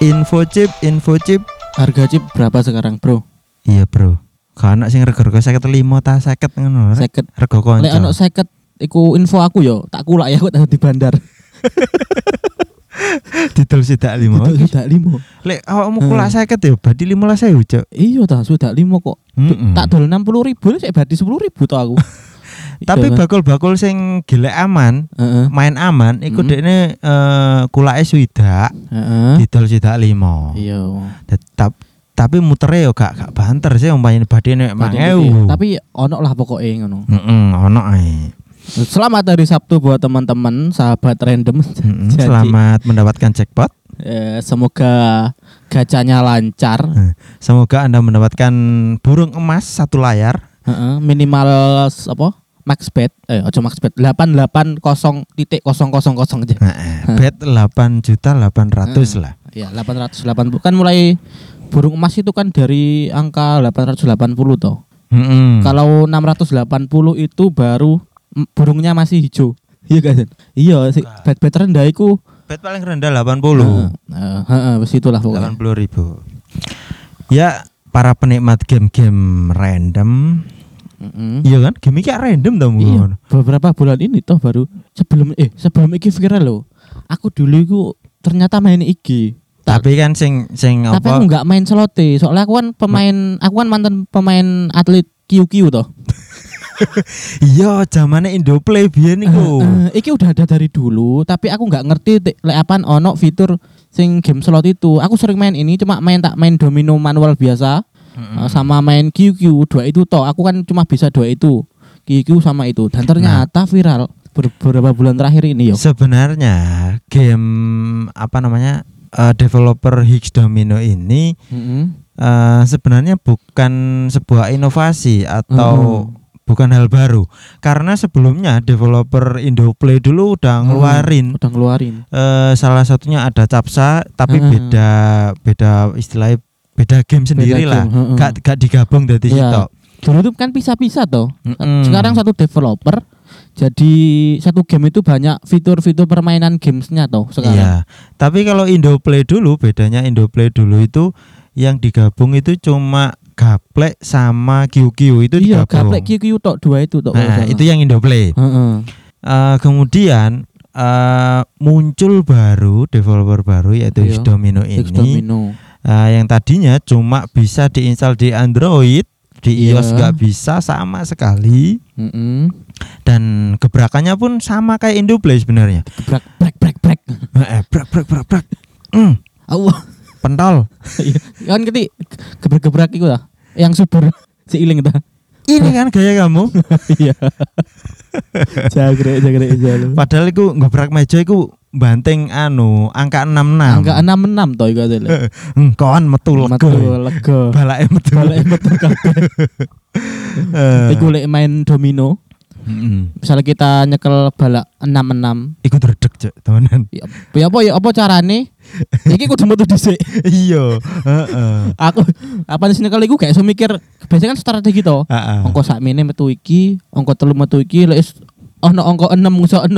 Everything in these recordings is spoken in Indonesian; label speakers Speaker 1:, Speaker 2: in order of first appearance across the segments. Speaker 1: info chip info chip
Speaker 2: Harga chip berapa sekarang, Bro?
Speaker 1: iya bro kalau anak sing rego-rego saya lima ta seket ngono rek.
Speaker 2: 50.
Speaker 1: rego
Speaker 2: Lek ono
Speaker 1: konco
Speaker 2: 50 iku info aku yo, tak kulak ya aku tak di bandar.
Speaker 1: didol sidak lima
Speaker 2: Itu sudah 5.
Speaker 1: lek awakmu
Speaker 2: Hmm.
Speaker 1: kula seket ya berarti lima lah saya ucap
Speaker 2: Iya ta, sudah 5 kok.
Speaker 1: Hmm.
Speaker 2: Tak dol 60 ribu, saya badi 10 ribu to aku.
Speaker 1: tapi
Speaker 2: Iya kan?
Speaker 1: bakul-bakul sing gila aman
Speaker 2: Heeh.
Speaker 1: main aman iku
Speaker 2: Mm.
Speaker 1: dekne eh, kulake swidak
Speaker 2: Heeh.
Speaker 1: didol sidak lima
Speaker 2: Iya.
Speaker 1: tetap tapi muternya yo gak gak banter sih umpamanya badine nek mang
Speaker 2: Tadi-
Speaker 1: ewu
Speaker 2: ya. iya. Tapi ono lah pokoknya ngono.
Speaker 1: Heeh, ono ae.
Speaker 2: Selamat hari Sabtu buat teman-teman sahabat random.
Speaker 1: Mm-mm,
Speaker 2: Jadi,
Speaker 1: Selamat mendapatkan jackpot.
Speaker 2: eh, semoga gacanya lancar.
Speaker 1: Eh, Semoga Anda mendapatkan burung emas satu layar.
Speaker 2: Heeh, minimal s- apa? Max bet, eh ojo max bet, 880.000 aja.
Speaker 1: Heeh, bet 8 juta 800 lah.
Speaker 2: Ya, 880 kan mulai burung emas itu kan dari angka 880 toh.
Speaker 1: Mm-mm.
Speaker 2: Kalau 680 itu baru mm, burungnya masih hijau. Iya kan? Iya, si bet bet rendah iku.
Speaker 1: bet paling rendah 80.
Speaker 2: Heeh, heeh, wis itulah pokoknya.
Speaker 1: 80 ribu. Ya, para penikmat game-game random.
Speaker 2: Heeh.
Speaker 1: Iya kan? Game iki random tau
Speaker 2: Hmm. Iya,
Speaker 1: mungkin.
Speaker 2: beberapa bulan ini toh baru sebelum eh sebelum iki viral loh. Aku dulu itu ternyata main IG. Tak-
Speaker 1: Tapi kan sing sing
Speaker 2: Tapi kan-
Speaker 1: apa?
Speaker 2: aku nggak main selote, soalnya aku kan pemain, aku kan mantan pemain atlet QQ toh.
Speaker 1: Iya, zamane Indoplay biyen iku.
Speaker 2: Eh, iki udah ada dari dulu, tapi aku nggak ngerti te- lek apaan ono fitur sing game slot itu. Aku sering main ini, cuma main tak main domino manual biasa eh, sama main QQ dua itu toh. Aku kan cuma bisa dua itu. QQ sama itu
Speaker 1: Nah.
Speaker 2: dan ternyata viral beberapa bulan terakhir ini yo.
Speaker 1: Sebenarnya game apa namanya eh, developer Higgs Domino ini
Speaker 2: Heeh.
Speaker 1: eh, sebenarnya bukan sebuah inovasi atau bukan hal baru karena sebelumnya developer Indoplay dulu udah ngeluarin
Speaker 2: udah ngeluarin.
Speaker 1: eh, salah satunya ada capsa tapi
Speaker 2: Hmm.
Speaker 1: beda beda istilahnya beda game sendiri
Speaker 2: Beda
Speaker 1: lah
Speaker 2: game, hmm, hmm.
Speaker 1: gak gak digabung dari
Speaker 2: Iya.
Speaker 1: situ
Speaker 2: Dulu tuh kan pisah-pisah toh.
Speaker 1: Mm-mm.
Speaker 2: Sekarang satu developer jadi satu game itu banyak fitur-fitur permainan gamesnya toh
Speaker 1: Iya.
Speaker 2: sekarang.
Speaker 1: Tapi kalau Indoplay dulu bedanya Indoplay dulu itu yang digabung itu cuma gaplek sama QQ itu
Speaker 2: Iya,
Speaker 1: digabung.
Speaker 2: gaplek QQ tok dua itu tok. kalau
Speaker 1: Nah,
Speaker 2: salah.
Speaker 1: itu yang Indoplay.
Speaker 2: Heeh.
Speaker 1: Eh, kemudian eh, muncul baru developer baru yaitu
Speaker 2: Iya.
Speaker 1: Xdomino ini
Speaker 2: Fix domino.
Speaker 1: Eh, yang tadinya cuma bisa diinstal di Android, di
Speaker 2: Iya.
Speaker 1: iOS nggak bisa sama sekali
Speaker 2: Heeh.
Speaker 1: dan gebrakannya pun sama kayak Indoplay sebenarnya.
Speaker 2: Brek brek brek brek.
Speaker 1: Eh, eh, brak brak brak brak. Mm,
Speaker 2: Allah.
Speaker 1: pentol.
Speaker 2: Iya. kan keti gebrak-gebrak iku ta. Yang subur si iling ta.
Speaker 1: Ini kan gaya kamu.
Speaker 2: Iya. Jagre jagre jalu.
Speaker 1: Padahal iku ngobrak meja iku banting anu angka 66.
Speaker 2: Angka 66 toh iku asli.
Speaker 1: Engkon metu
Speaker 2: Metu
Speaker 1: Eh, lega.
Speaker 2: lega.
Speaker 1: Balake metu.
Speaker 2: Balik metu kabeh.
Speaker 1: Eh,
Speaker 2: Iku lek main domino,
Speaker 1: mm-mm.
Speaker 2: misalnya kita nyekel balak 66
Speaker 1: Iku dredeg cuk, temenan.
Speaker 2: Ya, ya apa ya apa carane? Iki kudu metu dhisik.
Speaker 1: Iya, heeh.
Speaker 2: Aku apa sih nyekel iku gak iso mikir. Biasanya kan strategi to.
Speaker 1: Heeh.
Speaker 2: Ongko sakmene metu iki, ongko telu metu iki, lek is- ono ongko 6 iso 6.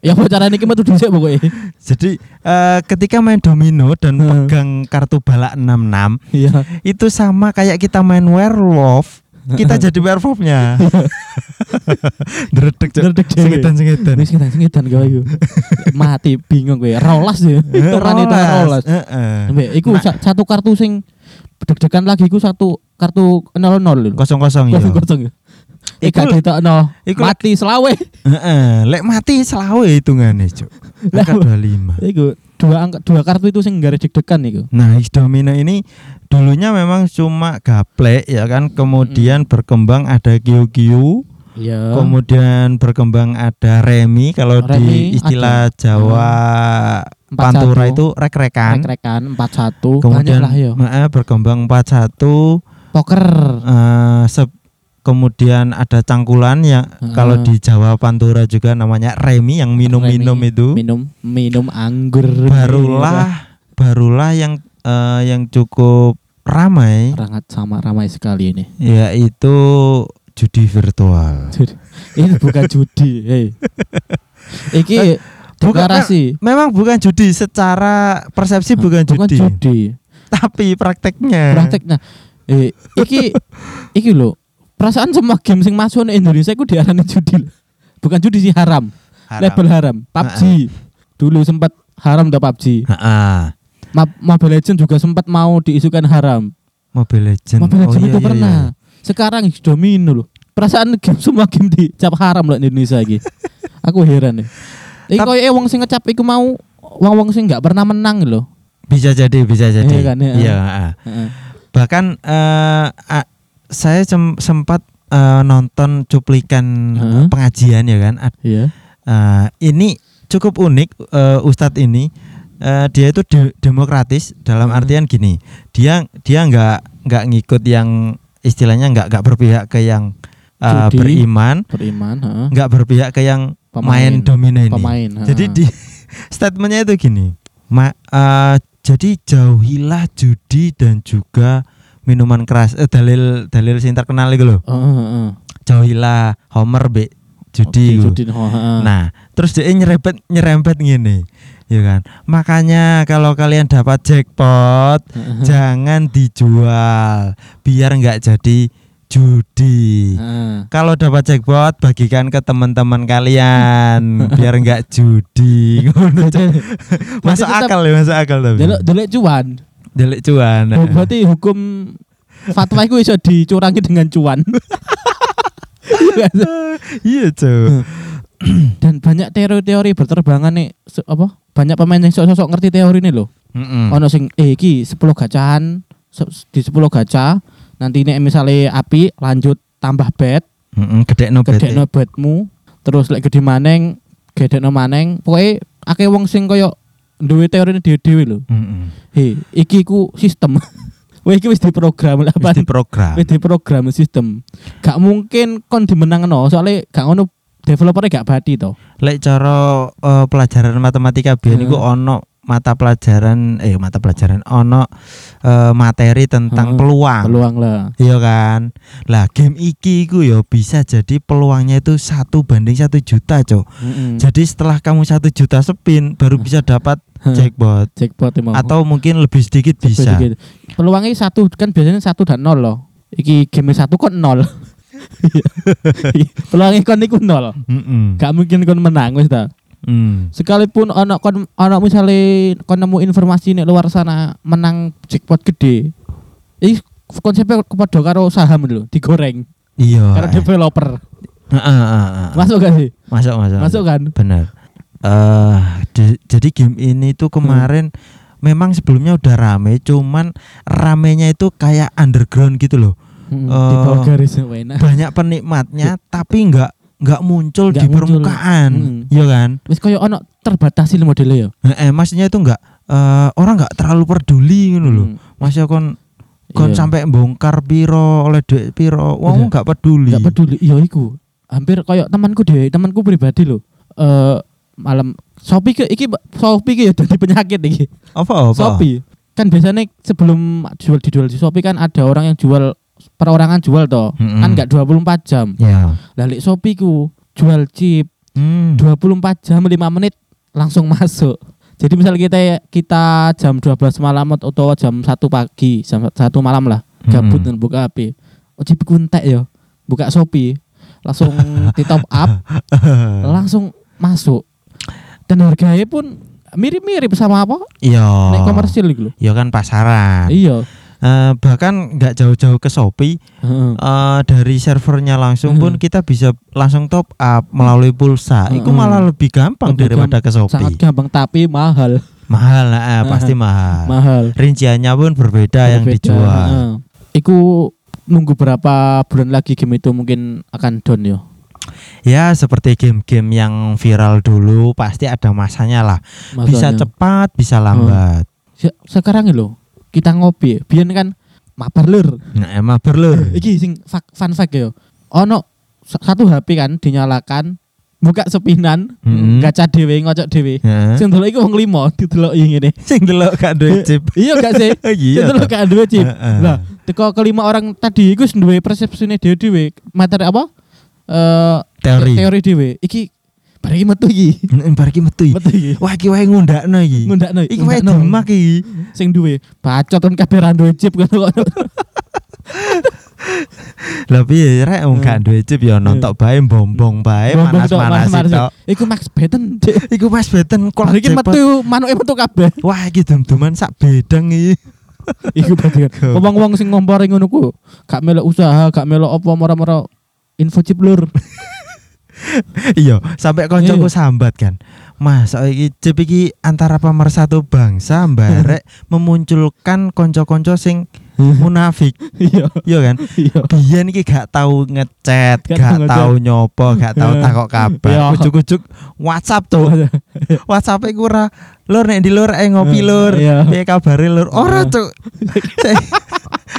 Speaker 2: ya apa carane iki metu dhisik pokoke.
Speaker 1: Jadi eh, ketika main domino dan
Speaker 2: Heeh.
Speaker 1: pegang kartu balak 66
Speaker 2: Iya.
Speaker 1: itu sama kayak kita main werewolf, kita jadi werewolfnya. dredeg cuk.
Speaker 2: Dredeg dhewe.
Speaker 1: Sengetan-sengetan.
Speaker 2: Wis kita singetan kowe iku. Mati bingung kowe. Rolas ya. Turane tak rolas.
Speaker 1: Heeh.
Speaker 2: Mbak, iku
Speaker 1: Eh, Nah.
Speaker 2: sa- satu kartu sing deg-degan lagi iku satu kartu 00 lho.
Speaker 1: Kosong-kosong iya.
Speaker 2: Kosong-kosong. ya?
Speaker 1: Iku
Speaker 2: Iku
Speaker 1: lek-
Speaker 2: ditokno.
Speaker 1: iku lek-
Speaker 2: Mati selawe.
Speaker 1: Heeh, lek mati selawe hitungane, Cuk. Angka 25.
Speaker 2: Iku dua angka dua kartu itu sing garis deg-degan iku.
Speaker 1: Nah, Higgs domino ini dulunya memang cuma gaplek ya kan, kemudian berkembang ada QQ,
Speaker 2: Iya.
Speaker 1: kemudian berkembang ada remi kalau
Speaker 2: Remi Hmm.
Speaker 1: di istilah Jawa
Speaker 2: Empat
Speaker 1: Pantura
Speaker 2: satu.
Speaker 1: itu rek-rekan.
Speaker 2: Rek-rekan 41
Speaker 1: Kemudian
Speaker 2: banyak lah iya. yo.
Speaker 1: eh, berkembang 41
Speaker 2: Poker.
Speaker 1: eh, se- kemudian ada cangkulan yang
Speaker 2: Heeh.
Speaker 1: kalau di Jawa Pantura juga namanya remi yang minum-minum
Speaker 2: Remi. iya.
Speaker 1: itu.
Speaker 2: Minum minum anggur.
Speaker 1: barulah barulah yang eh, yang cukup ramai
Speaker 2: Rangat sama ramai sekali ini.
Speaker 1: yaitu judi virtual.
Speaker 2: Judi. ini bukan judi, hei. Iki
Speaker 1: Eh, Bukan-
Speaker 2: deklarasi.
Speaker 1: Memang bukan judi secara persepsi bukan,
Speaker 2: Bukan
Speaker 1: judi,
Speaker 2: judi.
Speaker 1: tapi prakteknya.
Speaker 2: Prakteknya. Eh, iki iki lho. Perasaan semua game sing masuk di Indonesia iku diarani judi. lho. Bukan judi sih haram.
Speaker 1: Haram.
Speaker 2: Label haram. PUBG. Dulu sempat haram dah PUBG.
Speaker 1: Heeh.
Speaker 2: Ma- Mobile Legends juga sempat mau diisukan haram.
Speaker 1: Mobile Legend.
Speaker 2: Mobile Legends
Speaker 1: iya,
Speaker 2: itu
Speaker 1: iya,
Speaker 2: pernah.
Speaker 1: iya.
Speaker 2: Sekarang domino loh. Perasaan game semua game dicap haram loh di Indonesia iki. Aku heran ya. Iki
Speaker 1: Tap-
Speaker 2: koyo wong sing ngecap iku mau wong-wong sing nggak pernah menang loh.
Speaker 1: Bisa jadi, bisa jadi.
Speaker 2: Iya kan, iya.
Speaker 1: heeh.
Speaker 2: Heeh.
Speaker 1: Bahkan eh, a- saya sem- sempat eh, nonton cuplikan
Speaker 2: Heeh.
Speaker 1: pengajian ya kan. Ad-
Speaker 2: Iya.
Speaker 1: eh, ini cukup unik eh, Ustadz ini. Eh, dia itu de- demokratis dalam
Speaker 2: Heeh.
Speaker 1: artian gini. Dia dia nggak nggak ngikut yang istilahnya nggak nggak berpihak ke yang eh,
Speaker 2: Judi.
Speaker 1: beriman.
Speaker 2: Beriman, heeh.
Speaker 1: nggak berpihak ke yang
Speaker 2: Pemain.
Speaker 1: main domino ini.
Speaker 2: Pemain. heeh.
Speaker 1: Jadi di statementnya itu gini, ma, eh, jadi jauhilah judi dan juga minuman keras. Eh, dalil dalil sing terkenal itu loh,
Speaker 2: Heeh, heeh.
Speaker 1: jauhilah Homer be judi. iku.
Speaker 2: Judi, heeh.
Speaker 1: Nah, terus dia nyerempet nyerempet gini, ya kan? Makanya kalau kalian dapat jackpot,
Speaker 2: Heeh.
Speaker 1: jangan dijual, biar nggak jadi judi
Speaker 2: Heeh.
Speaker 1: kalau dapat jackpot bagikan ke teman-teman kalian biar nggak judi Ngono, Cok. masuk
Speaker 2: tetap-
Speaker 1: akal ya masuk akal tapi
Speaker 2: Delok delok cuan.
Speaker 1: delik cuan
Speaker 2: Oh, Berarti hukum fatwa itu bisa dicurangi dengan cuan. Iya kan?
Speaker 1: iya cuy
Speaker 2: Dan banyak teori-teori berterbangan nih se- apa? Banyak pemain yang sok-sok ngerti teori ini loh. ono sing eh iki 10 gacahan se- di 10 gacha nanti nek misalnya api lanjut tambah bed
Speaker 1: gede no
Speaker 2: gede
Speaker 1: bete.
Speaker 2: bedmu terus lek gede maneng gede maneng pokoknya akeh wong sing koyo duwe teori ini dewe dewe lho
Speaker 1: Mm-mm.
Speaker 2: hei iki ku sistem Wah iki wis diprogram
Speaker 1: Wis
Speaker 2: lah apa
Speaker 1: diprogram
Speaker 2: wis diprogram sistem gak mungkin kon dimenangno soalnya gak ono developernya gak badi to
Speaker 1: lek cara eh, pelajaran matematika biyen
Speaker 2: Heeh.
Speaker 1: iku ono mata pelajaran eh mata pelajaran ono eh, materi tentang
Speaker 2: Heeh.
Speaker 1: peluang
Speaker 2: peluang lah
Speaker 1: Iya kan? Lah game iki iku ya bisa jadi peluangnya itu satu banding satu juta, Cok.
Speaker 2: Mm-mm.
Speaker 1: Jadi setelah kamu satu juta spin baru bisa dapat jackpot
Speaker 2: jackpot emang.
Speaker 1: atau mungkin lebih sedikit bisa.
Speaker 2: Sedikit. Peluangnya satu kan biasanya satu dan nol loh. Iki game satu kon nol. Peluangnya kon iku nol.
Speaker 1: Mm-mm.
Speaker 2: Gak mungkin kon menang wis ta.
Speaker 1: Mm.
Speaker 2: Sekalipun ono kon ono misale kon nemu informasi nek luar sana menang jackpot gede. Iki konsepnya kepada karo saham lho, digoreng.
Speaker 1: Iya.
Speaker 2: Karena
Speaker 1: eh.
Speaker 2: developer.
Speaker 1: Ah, ah, ah, ah.
Speaker 2: Masuk gak sih?
Speaker 1: Masuk, masuk.
Speaker 2: Masuk kan?
Speaker 1: Benar. Eh, di- jadi game ini tuh
Speaker 2: Hmm.
Speaker 1: kemarin memang sebelumnya udah rame, cuman ramenya itu kayak underground gitu loh. Eh,
Speaker 2: Mm, Di bawah garis enak.
Speaker 1: Banyak penikmatnya tapi nggak nggak muncul
Speaker 2: Eh. Iya. Nggak
Speaker 1: di
Speaker 2: muncul.
Speaker 1: permukaan,
Speaker 2: Mm.
Speaker 1: iya kan?
Speaker 2: Wis koyo ono terbatasi modelnya ya.
Speaker 1: Eh, eh, maksudnya itu nggak eh, orang nggak terlalu peduli gitu loh.
Speaker 2: Mm,
Speaker 1: Masya kon kon
Speaker 2: iya.
Speaker 1: sampai bongkar piro oleh duit piro wong
Speaker 2: Bener.
Speaker 1: nggak peduli
Speaker 2: Gak peduli, iya iku. Hampir kayak temanku deh, temanku pribadi loh. Eh malam Shopee ke iki Shopee ke ya dadi penyakit iki.
Speaker 1: apa apa
Speaker 2: Shopee. Kan biasanya sebelum jual dijual di Shopee kan ada orang yang jual perorangan jual toh.
Speaker 1: Mm-mm.
Speaker 2: Kan enggak 24 jam.
Speaker 1: ya
Speaker 2: Lah lek Shopee ku jual chip
Speaker 1: Hmm.
Speaker 2: 24 jam 5 menit langsung masuk. Jadi misal kita kita jam 12 malam atau jam 1 pagi, jam 1 malam lah, gabut
Speaker 1: Mm-mm.
Speaker 2: dan buka HP. Ojo kuntek ya. Buka Shopee, langsung di top up,
Speaker 1: Eh.
Speaker 2: langsung masuk. Dan harganya pun mirip-mirip sama apa?
Speaker 1: iya
Speaker 2: Nek komersil gitu.
Speaker 1: iya kan pasaran
Speaker 2: Iya.
Speaker 1: Eh, bahkan nggak jauh-jauh ke Shopee
Speaker 2: Heeh.
Speaker 1: eh, dari servernya langsung pun
Speaker 2: Mhm.
Speaker 1: kita bisa langsung top up melalui pulsa itu
Speaker 2: Mhm.
Speaker 1: malah lebih gampang
Speaker 2: Lebih
Speaker 1: daripada ke
Speaker 2: Sangat
Speaker 1: Shopee
Speaker 2: gampang tapi mahal,
Speaker 1: mahal eh, pasti mahal
Speaker 2: mahal.
Speaker 1: rinciannya pun berbeda yang
Speaker 2: Berbeda.
Speaker 1: dijual
Speaker 2: Heeh. Iku nunggu berapa bulan lagi game itu mungkin akan down ya.
Speaker 1: Ya seperti game-game yang viral dulu pasti ada masanya lah. Bisa
Speaker 2: Masanya.
Speaker 1: cepat, bisa lambat.
Speaker 2: Se- sekarang lo kita ngopi. Biyen kan mabar lur.
Speaker 1: Nah, emang perlu.
Speaker 2: Hmm. Iki sing fak- fun fact ya. Ono sa- satu HP kan dinyalakan, buka sepinan,
Speaker 1: Hmm.
Speaker 2: gacha dhewe ngocok dhewe.
Speaker 1: Heeh.
Speaker 2: Sing delok iku wong limo dideloki ngene.
Speaker 1: Sing delok gak duwe chip.
Speaker 2: Iya gak sih? Sing
Speaker 1: Iya.
Speaker 2: delok gak duwe chip.
Speaker 1: Heeh.
Speaker 2: Lah, teko kelima orang tadi iku wis duwe persepsine dhewe-dhewe. Materi apa? Eh
Speaker 1: Teori.
Speaker 2: teori dhewe. Iki Barang iki metu iki.
Speaker 1: Bar iki metu. iki.
Speaker 2: Metu iki.
Speaker 1: Wah iki wae ngundakno iki.
Speaker 2: Ngundakno.
Speaker 1: Iki wae
Speaker 2: ngundakno.
Speaker 1: demak iki.
Speaker 2: sing duwe bacot kan kabeh ra duwe chip ngono kok.
Speaker 1: Lah piye rek wong
Speaker 2: Hmm.
Speaker 1: gak duwe chip ya nontok bae bombong bae
Speaker 2: Bombong tok,
Speaker 1: panas-panas
Speaker 2: panas-panas.
Speaker 1: tok.
Speaker 2: Iku Max Batten. Cik.
Speaker 1: ya. Iku pas beten kok
Speaker 2: Barang iki metu manuke metu kabeh.
Speaker 1: Wah iki dum-duman sak bedeng iki.
Speaker 2: Iku bagian.
Speaker 1: Goblok.
Speaker 2: Wong-wong sing ngompori ngono ku gak melok usaha, gak melok apa moro-moro info chip lur.
Speaker 1: Iya, sampai koncoku sambat kan. Mas, oh, iki chip iki antara pemersatu bangsa mbarek memunculkan konco-konco sing munafik,
Speaker 2: Iya,
Speaker 1: iya kan?
Speaker 2: iya.
Speaker 1: Biyen iki gak tahu ngechat,
Speaker 2: Gak
Speaker 1: gak tahu
Speaker 2: tahu
Speaker 1: nyopo, gak tahu takok
Speaker 2: Iya.
Speaker 1: kabar. Ujuk-ujuk WhatsApp tuh. WhatsApp iku ora lur nek di lur eh ngopi
Speaker 2: Eh,
Speaker 1: lur.
Speaker 2: iya.
Speaker 1: Piye kabare lur? Ora,
Speaker 2: Iya.
Speaker 1: Cuk. Saiki-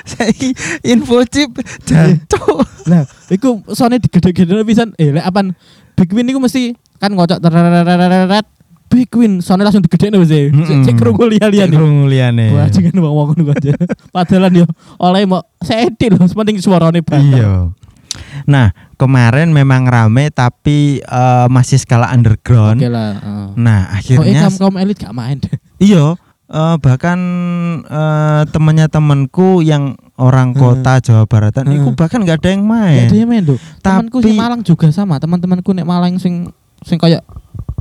Speaker 1: Saiki info chip jancuk.
Speaker 2: Nah, iku sone digede-gede pisan. Eh, lek apan Big Win iku mesti kan ngocok tereret Big Win sone langsung digedekno wis. eh.
Speaker 1: Mm-mm. Eh.
Speaker 2: Cek krungu liya-liya nih.
Speaker 1: Krungu liyane.
Speaker 2: Wah, jangan wong-wong ngono aja. Padahal yo oleh mau seti lho, penting suarane banget.
Speaker 1: Iya. Nah, kemarin memang rame tapi eh, masih skala underground.
Speaker 2: Oke Oh, iya, lah. heeh.
Speaker 1: Nah,
Speaker 2: Pokoknya
Speaker 1: akhirnya
Speaker 2: kaum kaum elit gak main deh.
Speaker 1: iya eh, bahkan eh, temennya temanku yang orang kota Jawa Baratan
Speaker 2: Heeh.
Speaker 1: itu bahkan nggak ada yang
Speaker 2: Gak
Speaker 1: main.
Speaker 2: Hmm. ada yang main tuh.
Speaker 1: Eh, Tapi-
Speaker 2: Temanku sing Malang juga sama. Teman-temanku nek Malang sing sing kayak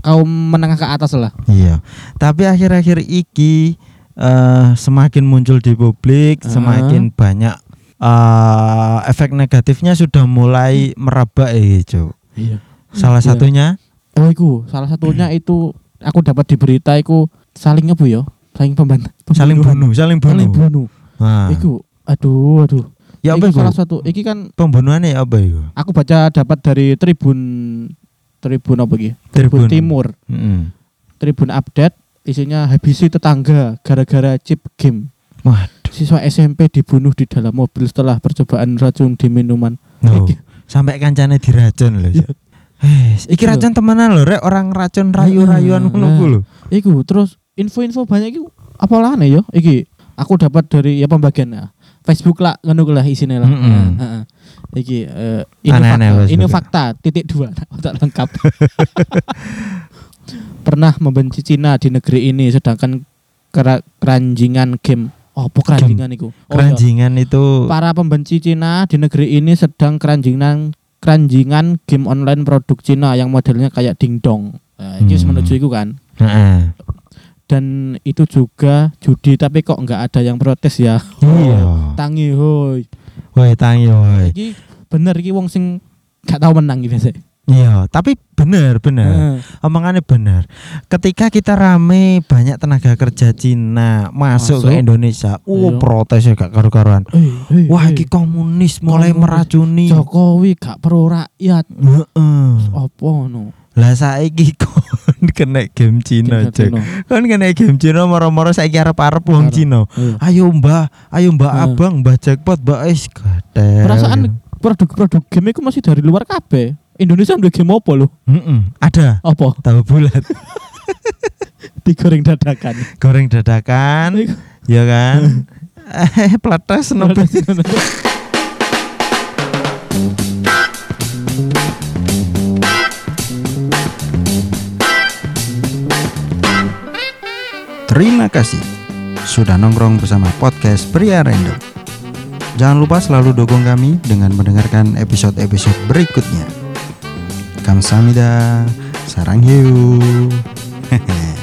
Speaker 2: kaum menengah ke atas lah.
Speaker 1: Iya. Tapi akhir-akhir iki eh, semakin muncul di publik,
Speaker 2: Heeh.
Speaker 1: semakin banyak eh, efek negatifnya sudah mulai meraba eh, Cuk.
Speaker 2: Iya.
Speaker 1: Salah
Speaker 2: Iya.
Speaker 1: satunya
Speaker 2: Oh, iku salah satunya
Speaker 1: Hmm.
Speaker 2: itu aku dapat di berita iku saling ngebu yo, saling pembantu.
Speaker 1: saling bunuh, saling bunuh.
Speaker 2: Iya. Saling bunuh.
Speaker 1: Nah.
Speaker 2: Iku aduh aduh.
Speaker 1: Ya apa
Speaker 2: Iki
Speaker 1: iku?
Speaker 2: salah satu. Iki kan
Speaker 1: Pembunuhannya ya apa iku?
Speaker 2: aku baca dapat dari Tribun Tribun apa iki? Tribun Timur.
Speaker 1: Mm-mm.
Speaker 2: Tribun update isinya habisi tetangga gara-gara chip game.
Speaker 1: Waduh.
Speaker 2: Siswa SMP dibunuh di dalam mobil setelah percobaan racun di minuman.
Speaker 1: No. Iya.
Speaker 2: Iki-
Speaker 1: Sampai kancane diracun lho. Cuk. Hei, iki
Speaker 2: Iya.
Speaker 1: racun temenan lho, rek orang racun rayu-rayuan
Speaker 2: Nah,
Speaker 1: ngono ku
Speaker 2: nah.
Speaker 1: lho.
Speaker 2: Iku terus info-info banyak iku apa lah ya? Iki aku dapat dari ya pembagian lah. Facebook lah ngono ku lah isine lah.
Speaker 1: Mm-mm.
Speaker 2: Heeh, heeh. Iki eh, ini
Speaker 1: Aneh-aneh
Speaker 2: fakta,
Speaker 1: Facebook. ya.
Speaker 2: ini fakta titik dua tak tak lengkap. Pernah membenci Cina di negeri ini sedangkan kera- keranjingan game. Oh, apa keranjingan iku? Oh, iya.
Speaker 1: Keranjingan itu
Speaker 2: Para pembenci Cina di negeri ini sedang keranjingan keranjingan game online produk Cina yang modelnya kayak dingdong. Nah, itu
Speaker 1: Hmm.
Speaker 2: menuju itu kan.
Speaker 1: Heeh.
Speaker 2: Dan itu juga judi tapi kok nggak ada yang protes ya.
Speaker 1: Iya.
Speaker 2: Tangi hoi.
Speaker 1: Woi tangi woi.
Speaker 2: Iki bener iki wong sing gak tahu menang iki Eh, biasa.
Speaker 1: Iya, tapi bener bener.
Speaker 2: Heeh.
Speaker 1: Omongannya bener. Ketika kita rame banyak tenaga kerja Cina masuk,
Speaker 2: Masuk.
Speaker 1: ke Indonesia, uh
Speaker 2: Iya.
Speaker 1: protesnya gak karu-karuan.
Speaker 2: Eh, eh,
Speaker 1: Wah,
Speaker 2: eh.
Speaker 1: iki komunis mulai
Speaker 2: Komunis.
Speaker 1: meracuni.
Speaker 2: Jokowi gak pro rakyat.
Speaker 1: Heeh.
Speaker 2: Apa no?
Speaker 1: Lah saiki kon kena game Cina, Cek. Kon Kan kena game Cina moro-moro saiki arep-arep wong
Speaker 2: Arep.
Speaker 1: Cina.
Speaker 2: Iya.
Speaker 1: Ayo Mbah, ayo Mbah
Speaker 2: Heeh.
Speaker 1: Abang, Mbah Jackpot, Mbah Is gatel.
Speaker 2: Perasaan produk-produk game itu masih dari luar kabeh. Indonesia udah game apa lho?
Speaker 1: Heeh, ada
Speaker 2: Apa?
Speaker 1: tahu bulat,
Speaker 2: digoreng dadakan.
Speaker 1: goreng dadakan, ya kan? Eh, peletes nebes. Terima kasih sudah nongkrong bersama podcast Pria Random. Jangan lupa selalu dukung kami dengan mendengarkan episode-episode berikutnya. Kamsahamnida, sarang hiu. Hehehe.